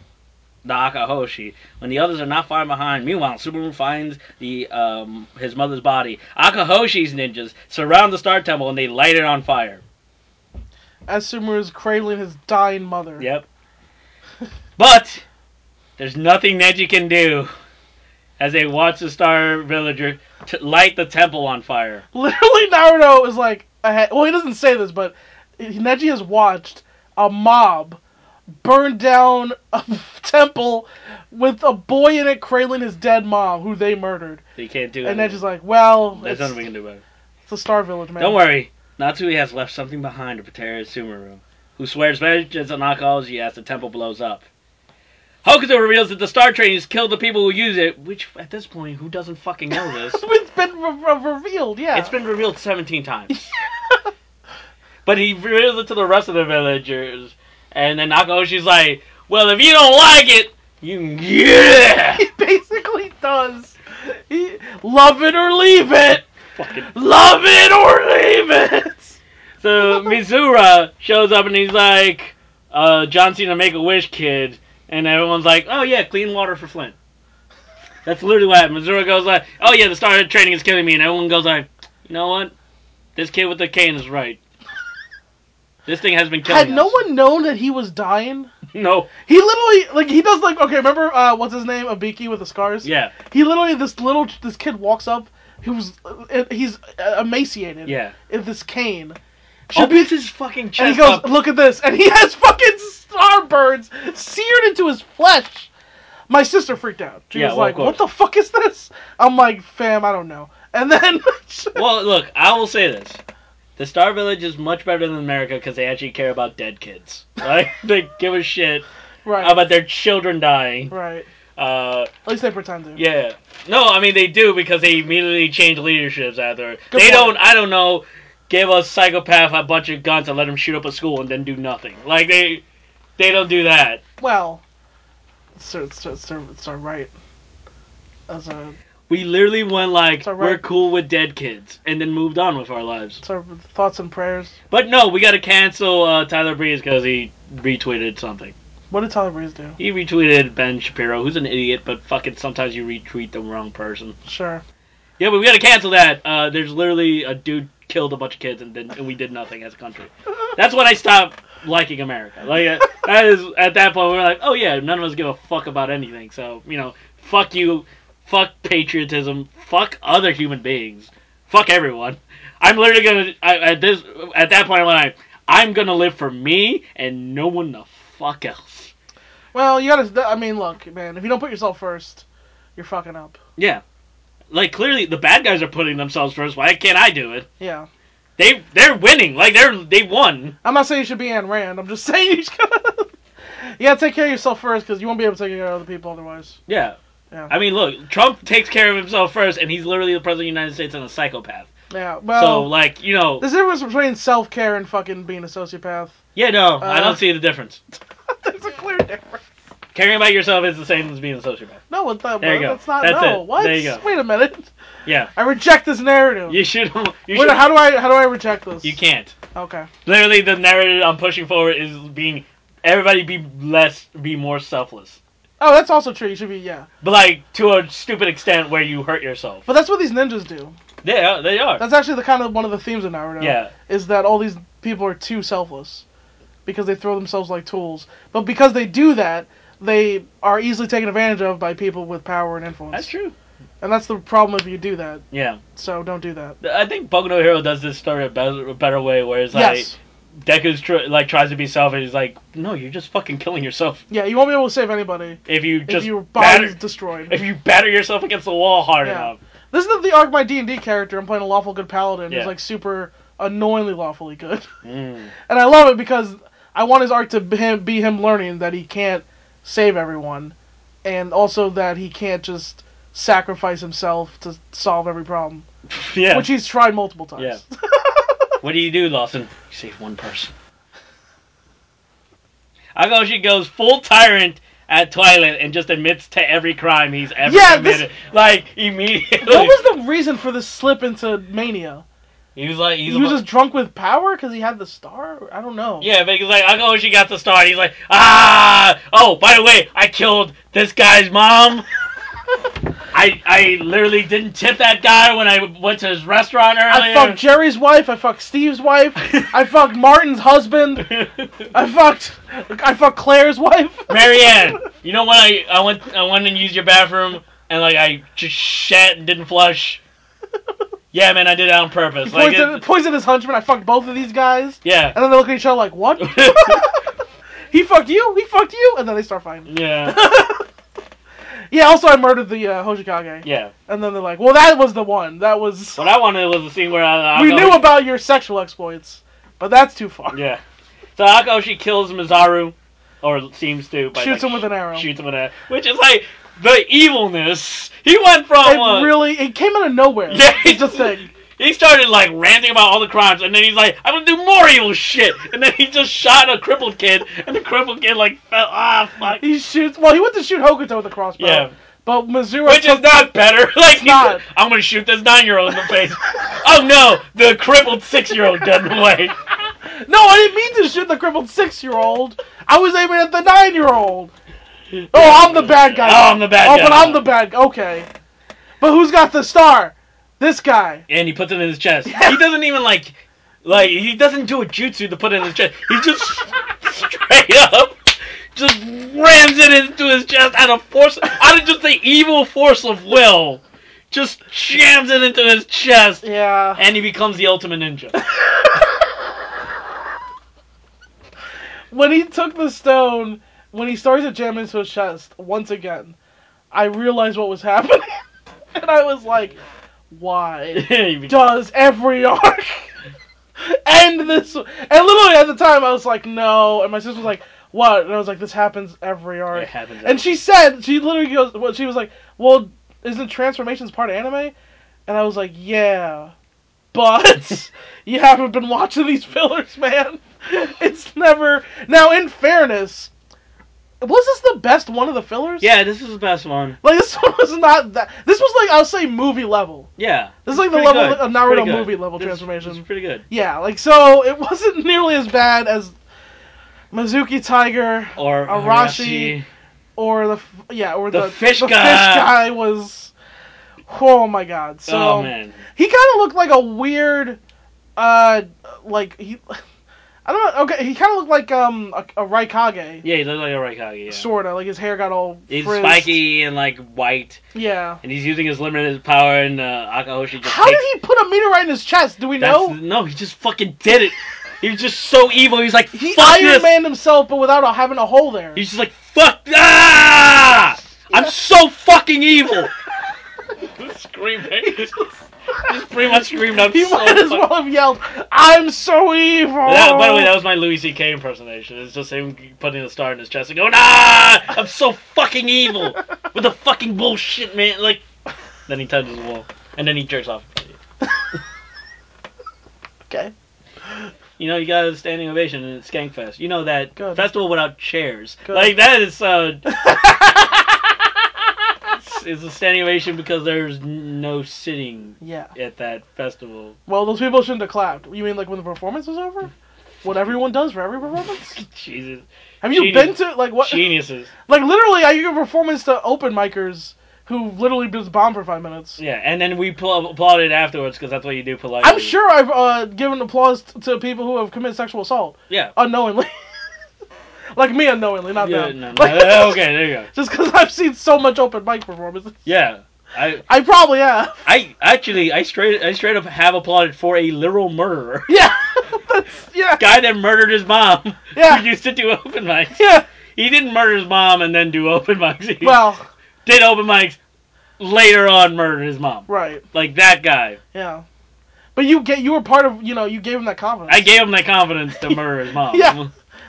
the Akahoshi. When the others are not far behind, meanwhile, Sumaru finds the um, his mother's body. Akahoshi's ninjas surround the Star Temple and they light it on fire. as Sumeru is cradling his dying mother. <laughs> Yep. But there's nothing Neji can do as they watch the Star Villager t- light the temple on fire. <laughs> Literally, Naruto is like ahead. Well, he doesn't say this, but Neji has watched a mob burn down a <laughs> temple with a boy in it cradling his dead mom, who they murdered. They can't do it. And Neji's like, "Well, There's it's, nothing we can do about it. it's the Star Village, man." Don't worry. Natsui has left something behind to protect Sumaru, who swears vengeance on Akalogy as the temple blows up. Hokuto reveals that the Star Train has killed the people who use it, which, at this point, who doesn't fucking know this? <laughs> It's been re- re- revealed, <laughs> yeah. It's been revealed 17 times. <laughs> but he reveals it to the rest of the villagers. And then Nakahoshi's like, well, if you don't like it, you <laughs> can <laughs> get He it. basically does. He, love it or leave it. Fucking- Love it or leave it. <laughs> So Mizura shows up and he's like, uh, John Cena make a wish kid. And everyone's like, oh yeah, clean water for Flint. That's literally what happened. Mizura goes like, oh yeah, the start of training is killing me. And everyone goes like, you know what? This kid with the cane is right. This thing has been killing Had no us." one known that he was dying, No. He literally like he does like okay remember uh what's his name Abiki with the scars Yeah. he literally this little this kid walks up who's uh, he's uh, emaciated Yeah. in this cane Should Should opens his fucking chest and he goes up. look at this and he has fucking starburns seared into his flesh my sister freaked out she Yeah, was well, like of course. what the fuck is this I'm like fam I don't know and then <laughs> Well, look, I will say this: the Star Village is much better than America because they actually care about dead kids. <laughs> Right? they give a shit right about their children dying. right Uh, at least they pretend to yeah. No, I mean they do because they immediately change leaderships after. Good they point. don't. I don't know. Give a psychopath a bunch of guns and let him shoot up a school and then do nothing. Like they, they don't do that. well it's it's it's, it's all right as a We literally went like It's all right. we're cool with dead kids and then moved on with our lives. It's our thoughts and prayers. But no, we got to cancel uh, Tyler Breeze because he retweeted something. What did Tyler Breeze do? He retweeted Ben Shapiro, who's an idiot, but fucking sometimes you retweet the wrong person. Sure. Yeah, but we got to cancel that. Uh, there's literally a dude killed a bunch of kids and, did and we did nothing as a country. That's when I stopped liking America. Like uh, that is at that point we we're like, oh yeah, none of us give a fuck about anything. So you know, fuck you, fuck patriotism, fuck other human beings, fuck everyone. I'm literally gonna I, at this at that point when I I'm gonna live for me and no one the fuck else. Well, you gotta. I mean, look, man. If you don't put yourself first, you're fucking up. Yeah, like clearly the bad guys are putting themselves first. Why can't I do it? Yeah. They they're winning. Like they're they won. I'm not saying you should be Anne Rand. I'm just <laughs> saying you should. you gotta take care of yourself first, because you won't be able to take care of other people otherwise. Yeah. Yeah. I mean, look, Trump takes care of himself first, and he's literally the president of the United States and a psychopath. Yeah. so, Well, like, you know, there's a difference between self care and fucking being a sociopath. <laughs> yeah, no, I Uh, don't see the difference. there's a clear difference. Caring about yourself is the same as being a sociopath. No, it's not. There you go. That's not. That's no. it. What? There you go. Wait a minute. Yeah. I reject this narrative. You should. <laughs> You Wait, should. how do I how do I reject this? you can't. Okay. Literally, the narrative I'm pushing forward is being everybody be less, be more selfless. Oh, that's also true. You should be yeah. But like to a stupid extent where you hurt yourself. But that's what these ninjas do. Yeah, they are. That's actually the kind of one of the themes of Naruto. yeah, Is that all these people are too selfless because they throw themselves like tools. But because they do that, they are easily taken advantage of by people with power and influence. that's true. And that's the problem if you do that. Yeah, So don't do that. Th- I think Boku no Hero does this story a better, a better way, where it's like yes. Deku's tr- like tries to be selfish. He's like, no, you're just fucking killing yourself Yeah, you won't be able to save anybody if you if just your batter body's destroyed. if you batter yourself against the wall hard Yeah. enough. This is the arc my D and D character. I'm playing a lawful good paladin. Yeah. who's like super annoyingly lawfully good, <laughs> Mm. and I love it because I want his arc to be him, be him learning that he can't save everyone, and also that he can't just sacrifice himself to solve every problem, yeah. which he's tried multiple times. What do you do, Lawson? You save one person. Agoshi goes full tyrant at Twilight and just admits to every crime he's ever Yeah, this- committed. Like immediately. <laughs> what was the reason for this slip into mania? he was like, he's he was a- just drunk with power because he had the star. I don't know. yeah, because like Agoshi got the star. He's like, ah, oh, by the way, I killed this guy's mom. I I literally didn't tip that guy when I went to his restaurant I earlier. fucked Jerry's wife. I fucked Steve's <laughs> wife. I fucked Martin's husband. I fucked. I fucked Claire's wife. Marianne, you know when I, I went I went and used your bathroom and like I just shat and didn't flush. Yeah, man, I did it on purpose. <laughs> Like, Poison, it- poisonous hunchman. I fucked both of these guys, yeah, <laughs> and then they look at each other like, <laughs> "What? he fucked you. He fucked you," and then they start fighting. yeah, Yeah. Also, I murdered the uh, Hoshikage, yeah. and then they're like, "Well, that was the one. That was. What I wanted was a scene where I, we Akoshi- knew about your sexual exploits, but that's too far." Yeah, so Akoshi kills Mizaru, or seems to. By Shoots like, him with an arrow. Shoots him with an arrow, which is like the evilness. He went from It like, really it came out of nowhere. Yeah. it's the thing. He started like ranting about all the crimes, and then he's like, "I'm gonna do more evil shit," <laughs> and then he just shot a crippled kid, and the crippled kid like fell. Ah, fuck. He shoots. Well, he went to shoot Hokuto with a crossbow. Yeah. But Mizura Which took- is not better. <laughs> Like, he's not. I'm gonna shoot this nine-year-old in the <laughs> face. oh no, the crippled six-year-old doesn't wait. No, I didn't mean to shoot the crippled six-year-old. I was aiming at the <laughs> nine-year-old. Oh, I'm the bad guy. Oh, I'm the bad oh, guy. but I'm the bad. Okay, but who's got the star? This guy. <laughs> And he puts it in his chest. He doesn't even like, like he doesn't do a jutsu to put it in his chest. He just straight up just rams it into his chest out of force, out of just the evil force of will. Just jams it into his chest, Yeah. and he becomes the ultimate <laughs> ninja. <laughs> When he took the stone, when he started to jam into his chest once again, I realized what was happening, <laughs> and I was like, "Why He be- does every arc end this?" And literally at the time, I was like, "No," and my sister was like, "What?" And I was like, "This happens every arc." It happens. And she said, she literally goes, well, she was like, well, isn't transformations part of anime? And I was like, yeah, but <laughs> you haven't been watching these fillers, man. <laughs> It's never. Now, in fairness, was this the best one of the fillers? Yeah, this is the best one. Like, this <laughs> one was not that. This was like, I'll say movie level. Yeah. This is like the Pretty level good. of Pretty Naruto good. movie level This- transformation. This is pretty good. yeah, like, so it <laughs> wasn't nearly as bad as Mizuki Tiger Or Arashi. or the f- yeah or The the fish the guy. fish guy was oh my god so oh man. he kind of looked like a weird uh like he I don't know okay he kind of looked like um a, a Raikage Yeah, he looks like a Raikage. Yeah. sort of like his hair got all he's frizzed. spiky and like white, yeah and he's using his limited power. And uh, Akahoshi just how takes. did he put a meteorite in his chest do we That's- know no, he just fucking did it. he was just so evil. He was like, he fuck Iron this. Man himself but without a, having a hole there He's just like, fuck. Ah! I'm Yeah. so fucking evil. Screaming. just pretty much screamed. I'm <laughs> he so. might as fucking- well have yelled I'm so evil That, by the way, that was my Louis C.K. impersonation. It's just him putting a star in his chest and going, "Ah, I'm so fucking evil with the fucking bullshit, man!" Like, then he touches the wall, and then he jerks off. okay You know, you got a standing ovation and it's Skankfest. You know that Good. festival without chairs. Good. Like that is uh <laughs> is a standing ovation because there's n- no sitting yeah. at that festival. <laughs> Well, those people shouldn't have clapped. You mean like when the performance was over? What everyone does for every performance? Jesus. Have you Genius. been to like what? Geniuses. Like literally, I give performance to open micers who literally just bomb for five minutes. Yeah, and then we pl- applauded afterwards because that's what you do politely. I'm sure I've uh, given applause t- to people who have committed sexual assault Yeah. unknowingly, <laughs> like me unknowingly, not yeah them. <laughs> no, Like, no, okay, there you go. Just because I've seen so much open mic performances, Yeah. I, I probably have. <laughs> I actually I straight I straight up have applauded for a literal murderer. <laughs> Yeah, <laughs> That's, yeah, Guy that murdered his mom. yeah, <laughs> Who used to do open mics. yeah. He didn't murder his mom and then do <laughs> open mics. He Well, did open mics later on murdered his mom. right, Like that guy. yeah. But you get you were part of you know you gave him that confidence. I gave him that confidence to murder his <laughs> mom. Yeah.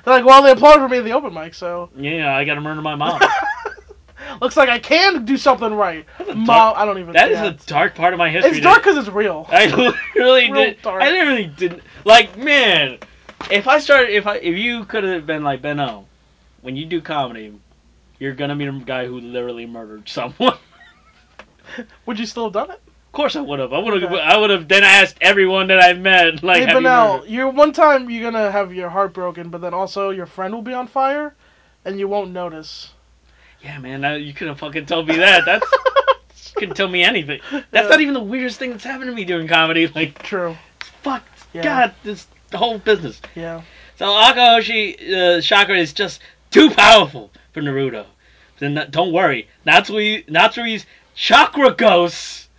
They're like, well, they applauded for me at the open mic, so Yeah, I gotta murder my mom. looks like I can do something right. Mom, dark- I don't even. That is yeah. a dark part of my history. It's dark because it's real. I <laughs> literally Real did. dark. I literally didn't. Like, man, if I started, if I, if you could have been like Benno, when you do comedy, you're gonna meet a guy who literally murdered someone. <laughs> Would you still have done it? Of course, I would have. I would have. Okay. I would have then asked everyone that I met. Like, hey, have you Benel, murdered- you're one time you're gonna have your heart broken, but then also your friend will be on fire, and you won't notice. Yeah, man, I, you couldn't fucking tell me <laughs> that. That's you couldn't tell me anything. That's Yeah. not even the weirdest thing that's happened to me doing comedy. Like, True. fuck, Yeah. God, this whole business. Yeah. So Akahoshi uh, chakra is just too powerful for Naruto. Then that- don't worry, Natsui Natsui's chakra ghost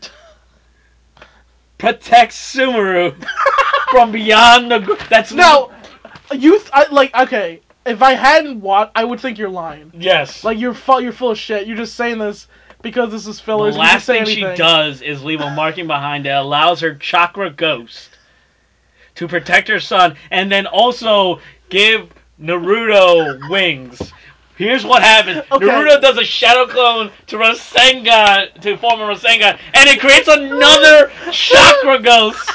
protects Sumeru from beyond the. gr- That's Now, you th- I, like okay. If I hadn't watched, I would think you're lying. Yes. Like you're fu- you're full of shit. You're just saying this because this is the filler. so you can last say thing she anything. does is leave a marking behind that allows her chakra ghost to protect her son, and then also give Naruto wings. Here's what happens. <laughs> Okay. Naruto does a shadow clone to Rasengan, to form a Rasengan, and it creates another chakra ghost.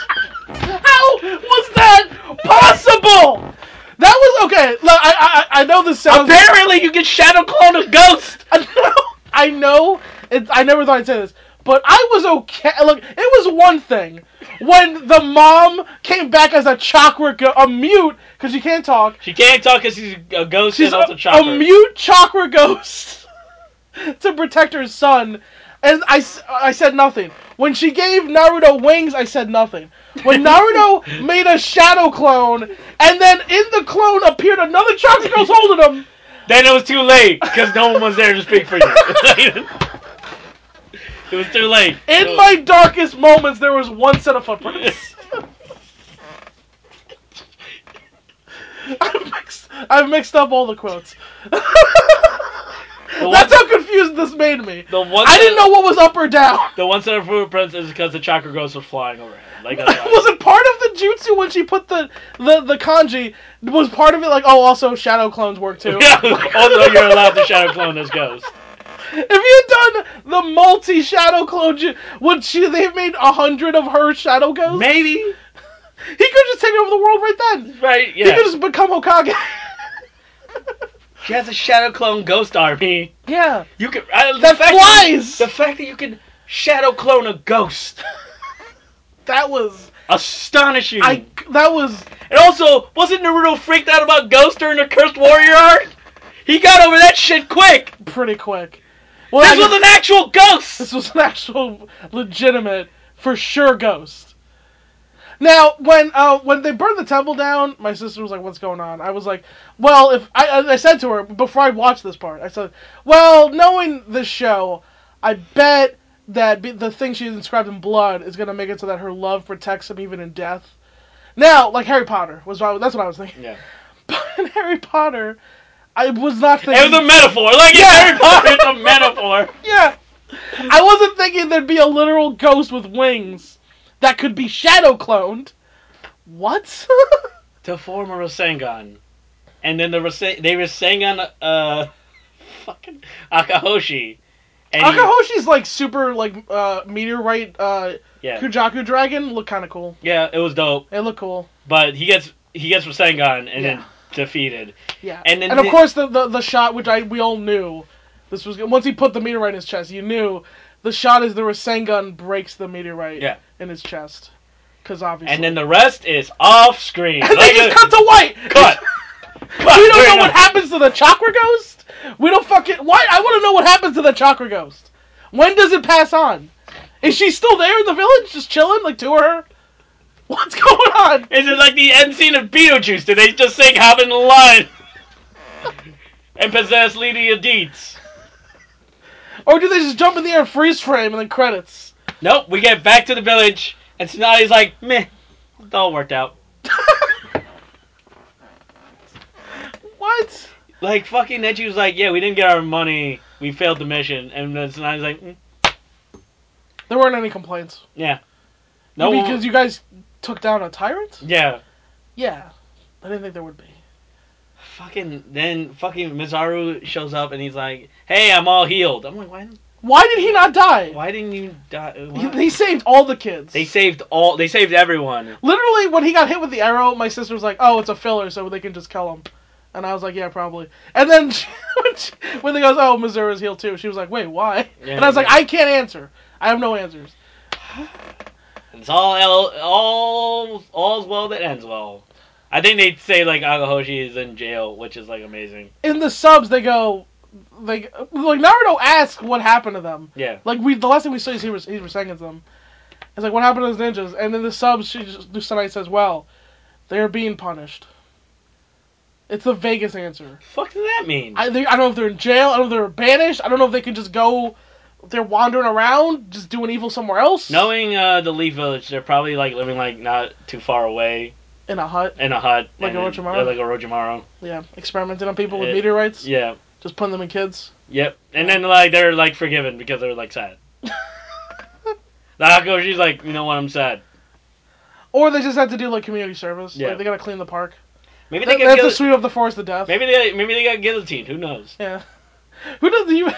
How was that possible? That was okay. Look, I I I know this sounds. Apparently, you can shadow clone a ghost. I know. I know. It, I never thought I'd say this, but I was okay. Look, it was one thing when the mom came back as a chakra, go- a mute, because she can't talk. She can't talk because she's a ghost She's and also a, chakra. a mute chakra ghost <laughs> to protect her son. And I, s- I said nothing. When she gave Naruto wings, I said nothing. <laughs> When Naruto made a shadow clone, and then in the clone appeared another chakra ghost holding him. Then it was too late because no one was there to speak for you. <laughs> it was too late. In <laughs> my <laughs> darkest moments, there was one set of footprints. I've mixed, I've mixed up all the quotes. <laughs> The That's one- how confused this made me. the one I didn't set- know what was up or down. The one set of footprints is because the chakra ghost was flying overhead. <laughs> Like <laughs> that's why. was it part of the jutsu when she put the, the, the kanji? Was part of it like, oh, also shadow clones work too? <laughs> Yeah. Although Oh, you're allowed to shadow clone this ghost. If you'd done the multi shadow clone, ju- would she? They've made a hundred of her shadow ghosts. Maybe. He could just take over the world right then. Right. He could Yeah. just become Hokage. <laughs> She has a shadow clone ghost army. yeah. You can. I, the That fact flies! the fact that you can shadow clone a <laughs> ghost, That was astonishing. I. That was And also, wasn't Naruto freaked out about ghosts during the Cursed Warrior arc? He got over that shit quick. pretty quick. Well, I This guess- was an actual ghost. this was an actual legitimate, for sure ghost. Now, when uh, when they burned the temple down, my sister was like, "What's going on?" I was like, "Well, if I, I I said to her before I watched this part, I said, well, knowing this show, I bet that be, the thing she's inscribed in blood is gonna make it so that her love protects him even in death." Now, like Harry Potter was what I, that's what I was thinking. <laughs> Yeah. But in Harry Potter, I was not thinking. It was a metaphor. Like yeah. Harry Potter, it's a metaphor. Yeah. I wasn't thinking there'd be a literal ghost with wings that could be shadow cloned. <laughs> What? <laughs> To form a Rasengan, and then the Rasen- they Rasengan uh, fucking Akahoshi. And he- Akahoshi's like super like uh meteorite uh yeah, Kujaku dragon look kind of cool. yeah, it was dope. They look cool. But he gets he gets Rasengan and Yeah. then defeated. Yeah. And then and of the- course the, the the shot which I we all knew this was once he put the meteorite in his chest, you knew the shot is the Rasengan breaks the meteorite Yeah. in his chest. Cuz obviously And then the rest is off screen. And <laughs> they Like, just uh, cut to white. <laughs> cut. Cut. we don't Fair know what enough. happens to the chakra ghost. We don't fucking why I want to know what happens to the chakra ghost. When does it pass on? Is she still there in the village, just chilling, like to her? What's <laughs> going on? Is it like the end scene of Beetlejuice? Do they just sing "Hop in the line" and possess Lydia Deeds? Or do they just jump in the air, freeze frame, and then credits? <laughs> Nope. We get back to the village, and Sonati's like, "Meh, it all worked out." What? Like fucking Neji was like, "Yeah, we didn't get our money. We failed the mission." And then Sonati's like, mm, There weren't any complaints. "Yeah, no one- because you guys took down a tyrant. yeah." Yeah, I didn't think there would be. Fucking then fucking Mizaru shows up and he's like, "Hey, I'm all healed." I'm like, "Why? Why did he not die? Why didn't you die?" He, Why? they saved all the kids. They saved all. They saved everyone. Literally, when he got hit with the arrow, my sister was like, "Oh, it's a filler, so they can just kill him." And I was like, "Yeah, probably." And then <laughs> she, when, she, when they goes, "Oh, Missouri's healed too," she was like, "Wait, why?" Yeah, and I was like, yeah. "I can't answer. I have no answers." It's all el- all all's well that ends well. I think they say like Agahoshi is in jail, which is like amazing. In the subs, they go, like, like Naruto asks what happened to them. Yeah. Like we, the last thing we saw is he was he was saying to them. It's like what happened to those ninjas, and then the subs she just Dusanai says, "Well, they are being punished." It's the vaguest answer. fuck does that mean? I, they, I don't know if they're in jail. I don't know if they're banished. I don't know if they can just go. They're wandering around, just doing evil somewhere else. Knowing uh, the Leaf Village, they're probably like living like not too far away In a hut. in a hut. Like and- Orochimaru? Yeah, like Orochimaru. Yeah. Experimenting on people with Eh, meteorites. Yeah. Just putting them in kids. Yep. And then like they're like forgiven because they're like sad. Nako, she's like, you know what? I'm sad. Or they just have to do like community service. Yeah. Like they gotta clean the park. Maybe That, they got that's the guillo- sweep of the forest to death. maybe they maybe they got guillotined. Who knows? Yeah. <laughs> Who does you? <laughs>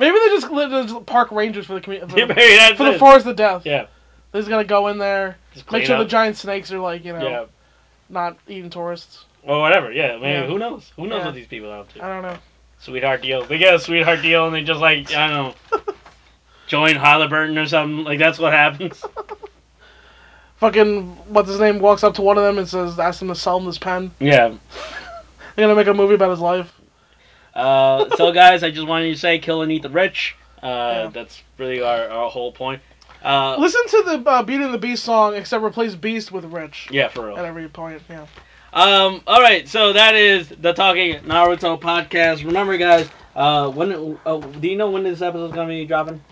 Maybe they just live as park rangers for the community. <laughs> maybe that's For the it. forest to death. Yeah. They just gotta go in there, Just make clean sure the up. giant snakes are like you know Yeah. not eating tourists. Or whatever. Yeah. Maybe Yeah. who knows? Who knows Yeah. what these people are up to? I don't know. sweetheart deal. They get a sweetheart deal and they just like I don't know, <laughs> join Halliburton or something. Like that's what happens. Fucking what's his name walks up to one of them and says, "Ask him to sell him this pen." Yeah. They're gonna make a movie about his life. Uh, so guys, I just wanted to say, kill and eat the rich. Uh, Yeah. That's really our, our whole point. Uh, Listen to the uh, Beating the Beast song, except replace Beast with Rich yeah, for at real. every point. Yeah. Um, all right, so that is the Talking Naruto podcast. Remember, guys, uh, when uh, do you know when this episode's gonna be dropping?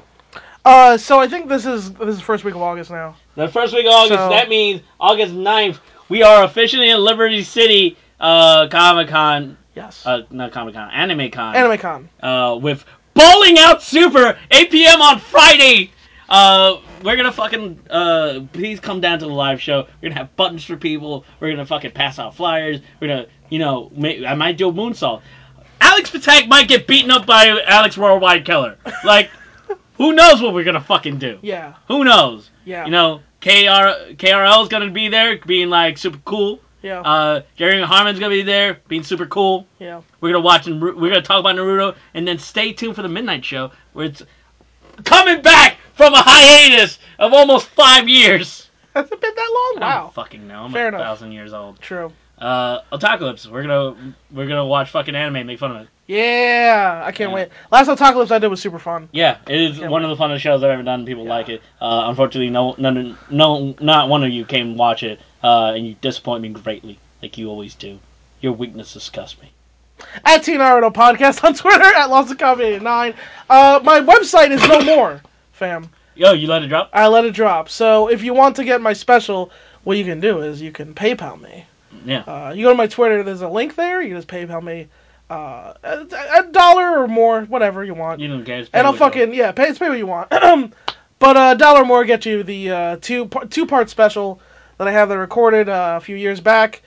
Uh, so I think this is this is first week of August now. The first week of August, So- that means August 9th, we are officially in Liberty City uh, Comic Con Yes. uh, not Comic Con, Anime Con. Anime Con. Uh, with Bowling Out Super, 8 p.m. on Friday. Uh, we're gonna fucking uh, please come down to the live show. We're gonna have buttons for people. We're gonna fucking pass out flyers. We're gonna, you know, may, I might do a moonsault. Alex Patak might get beaten up by Alex Worldwide Keller. Like, who knows what we're gonna fucking do? <laughs> Yeah. Who knows? Yeah. You know, KR KRL's gonna be there, being like super cool. yeah. Uh, Jerry Harmon's gonna be there, being super cool. yeah. We're gonna watch and we're gonna talk about Naruto, and then stay tuned for the midnight show where it's coming back from a hiatus of almost five years. Has it been that long? I Wow. don't fucking know. Uh, I'm Fair a enough. thousand years old. True. Uh, Otakulips. We're gonna we're gonna watch fucking anime, make fun of it. Yeah. I can't Yeah. wait. Last Apocalypse I did was super fun. Yeah, it is Can't one of the funnest shows I've ever done. People Yeah. like it. Uh, unfortunately, no, none, no, not one of you came and watch it, uh, and you disappoint me greatly, like you always do. Your weakness disgusts me. At Team Naruto Podcast <laughs> on Twitter at LostAcomedy89. Uh, my website is no more, fam. Yo, you let it drop. I let it drop. So if you want to get my special, what you can do is you can PayPal me. Yeah. Uh, you go to my Twitter. There's a link there. You just PayPal me uh, a, a dollar or more, whatever you want, You don't care. It's and I'll Pay-What-You-Want. fucking yeah, pay it's pay what you want. <clears throat> but uh, a dollar or more get you the uh, two two part special that I have that I recorded uh, a few years back.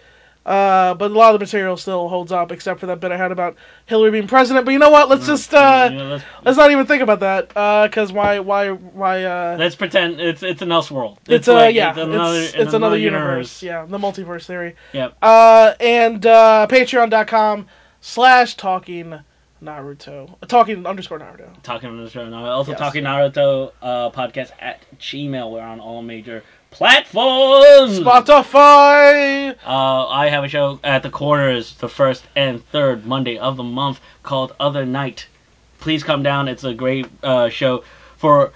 Uh, but a lot of the material still holds up, except for that bit I had about Hillary being president. But you know what? Let's just uh, Oh, Yeah, let's, let's not even think about that, because why, why, why? Uh, let's pretend it's it's an elseworld. it's, uh, like- yeah, it's another, it's, another, universe. Yeah, the multiverse theory. Uh, and uh, Patreon.com slash talking Naruto, talking underscore Naruto. talking on the show now. Also Yes. talking Naruto uh, podcast at Gmail. We're on all major platforms. Hmm. Spotify. Uh, I have a show at the corners the first and third Monday of the month called Other Night. Please come down. It's a great uh, show for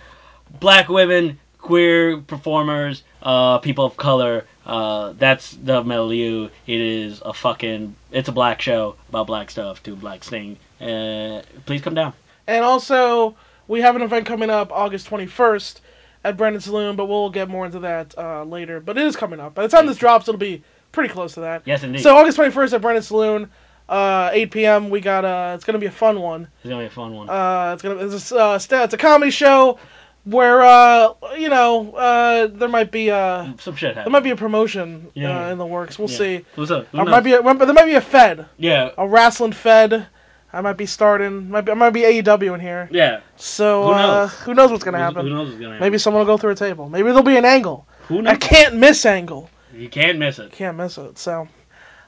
black women, queer performers, uh, people of color. Uh, that's the milieu. It is a fucking. It's a black show about black stuff to black sing. Uh, please come down. And also, we have an event coming up August 21st at Brandon Saloon, but we'll get more into that uh, later. But it is coming up. By the time this drops, it'll be pretty close to that. Yes, indeed. So August 21st at Brandon Saloon, uh, 8 p.m. We got uh, it's gonna be a fun one. it's gonna be a fun one. Uh, it's gonna it's a, uh, sta- it's a comedy show where uh, you know uh, there might be uh, Some there shit happened. might be a promotion Yeah. uh, in the works. We'll Yeah. see. What's up? Who There knows? might be a, there might be a Fed, yeah. a wrestling Fed. I might be starting. Might be, I might be AEW in here. Yeah. So Who who knows, uh, knows? who knows what's gonna Who- happen? Who knows what's gonna happen? Maybe someone will go through a table. Maybe there'll be an angle. Who knows? I can't miss angle. You can't miss it. Can't miss it. So,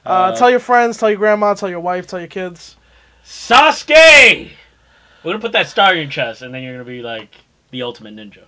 uh, Uh, tell your friends, tell your grandma, tell your wife, tell your kids. Sasuke! We're gonna put that star in your chest, and then you're gonna be like the ultimate ninja.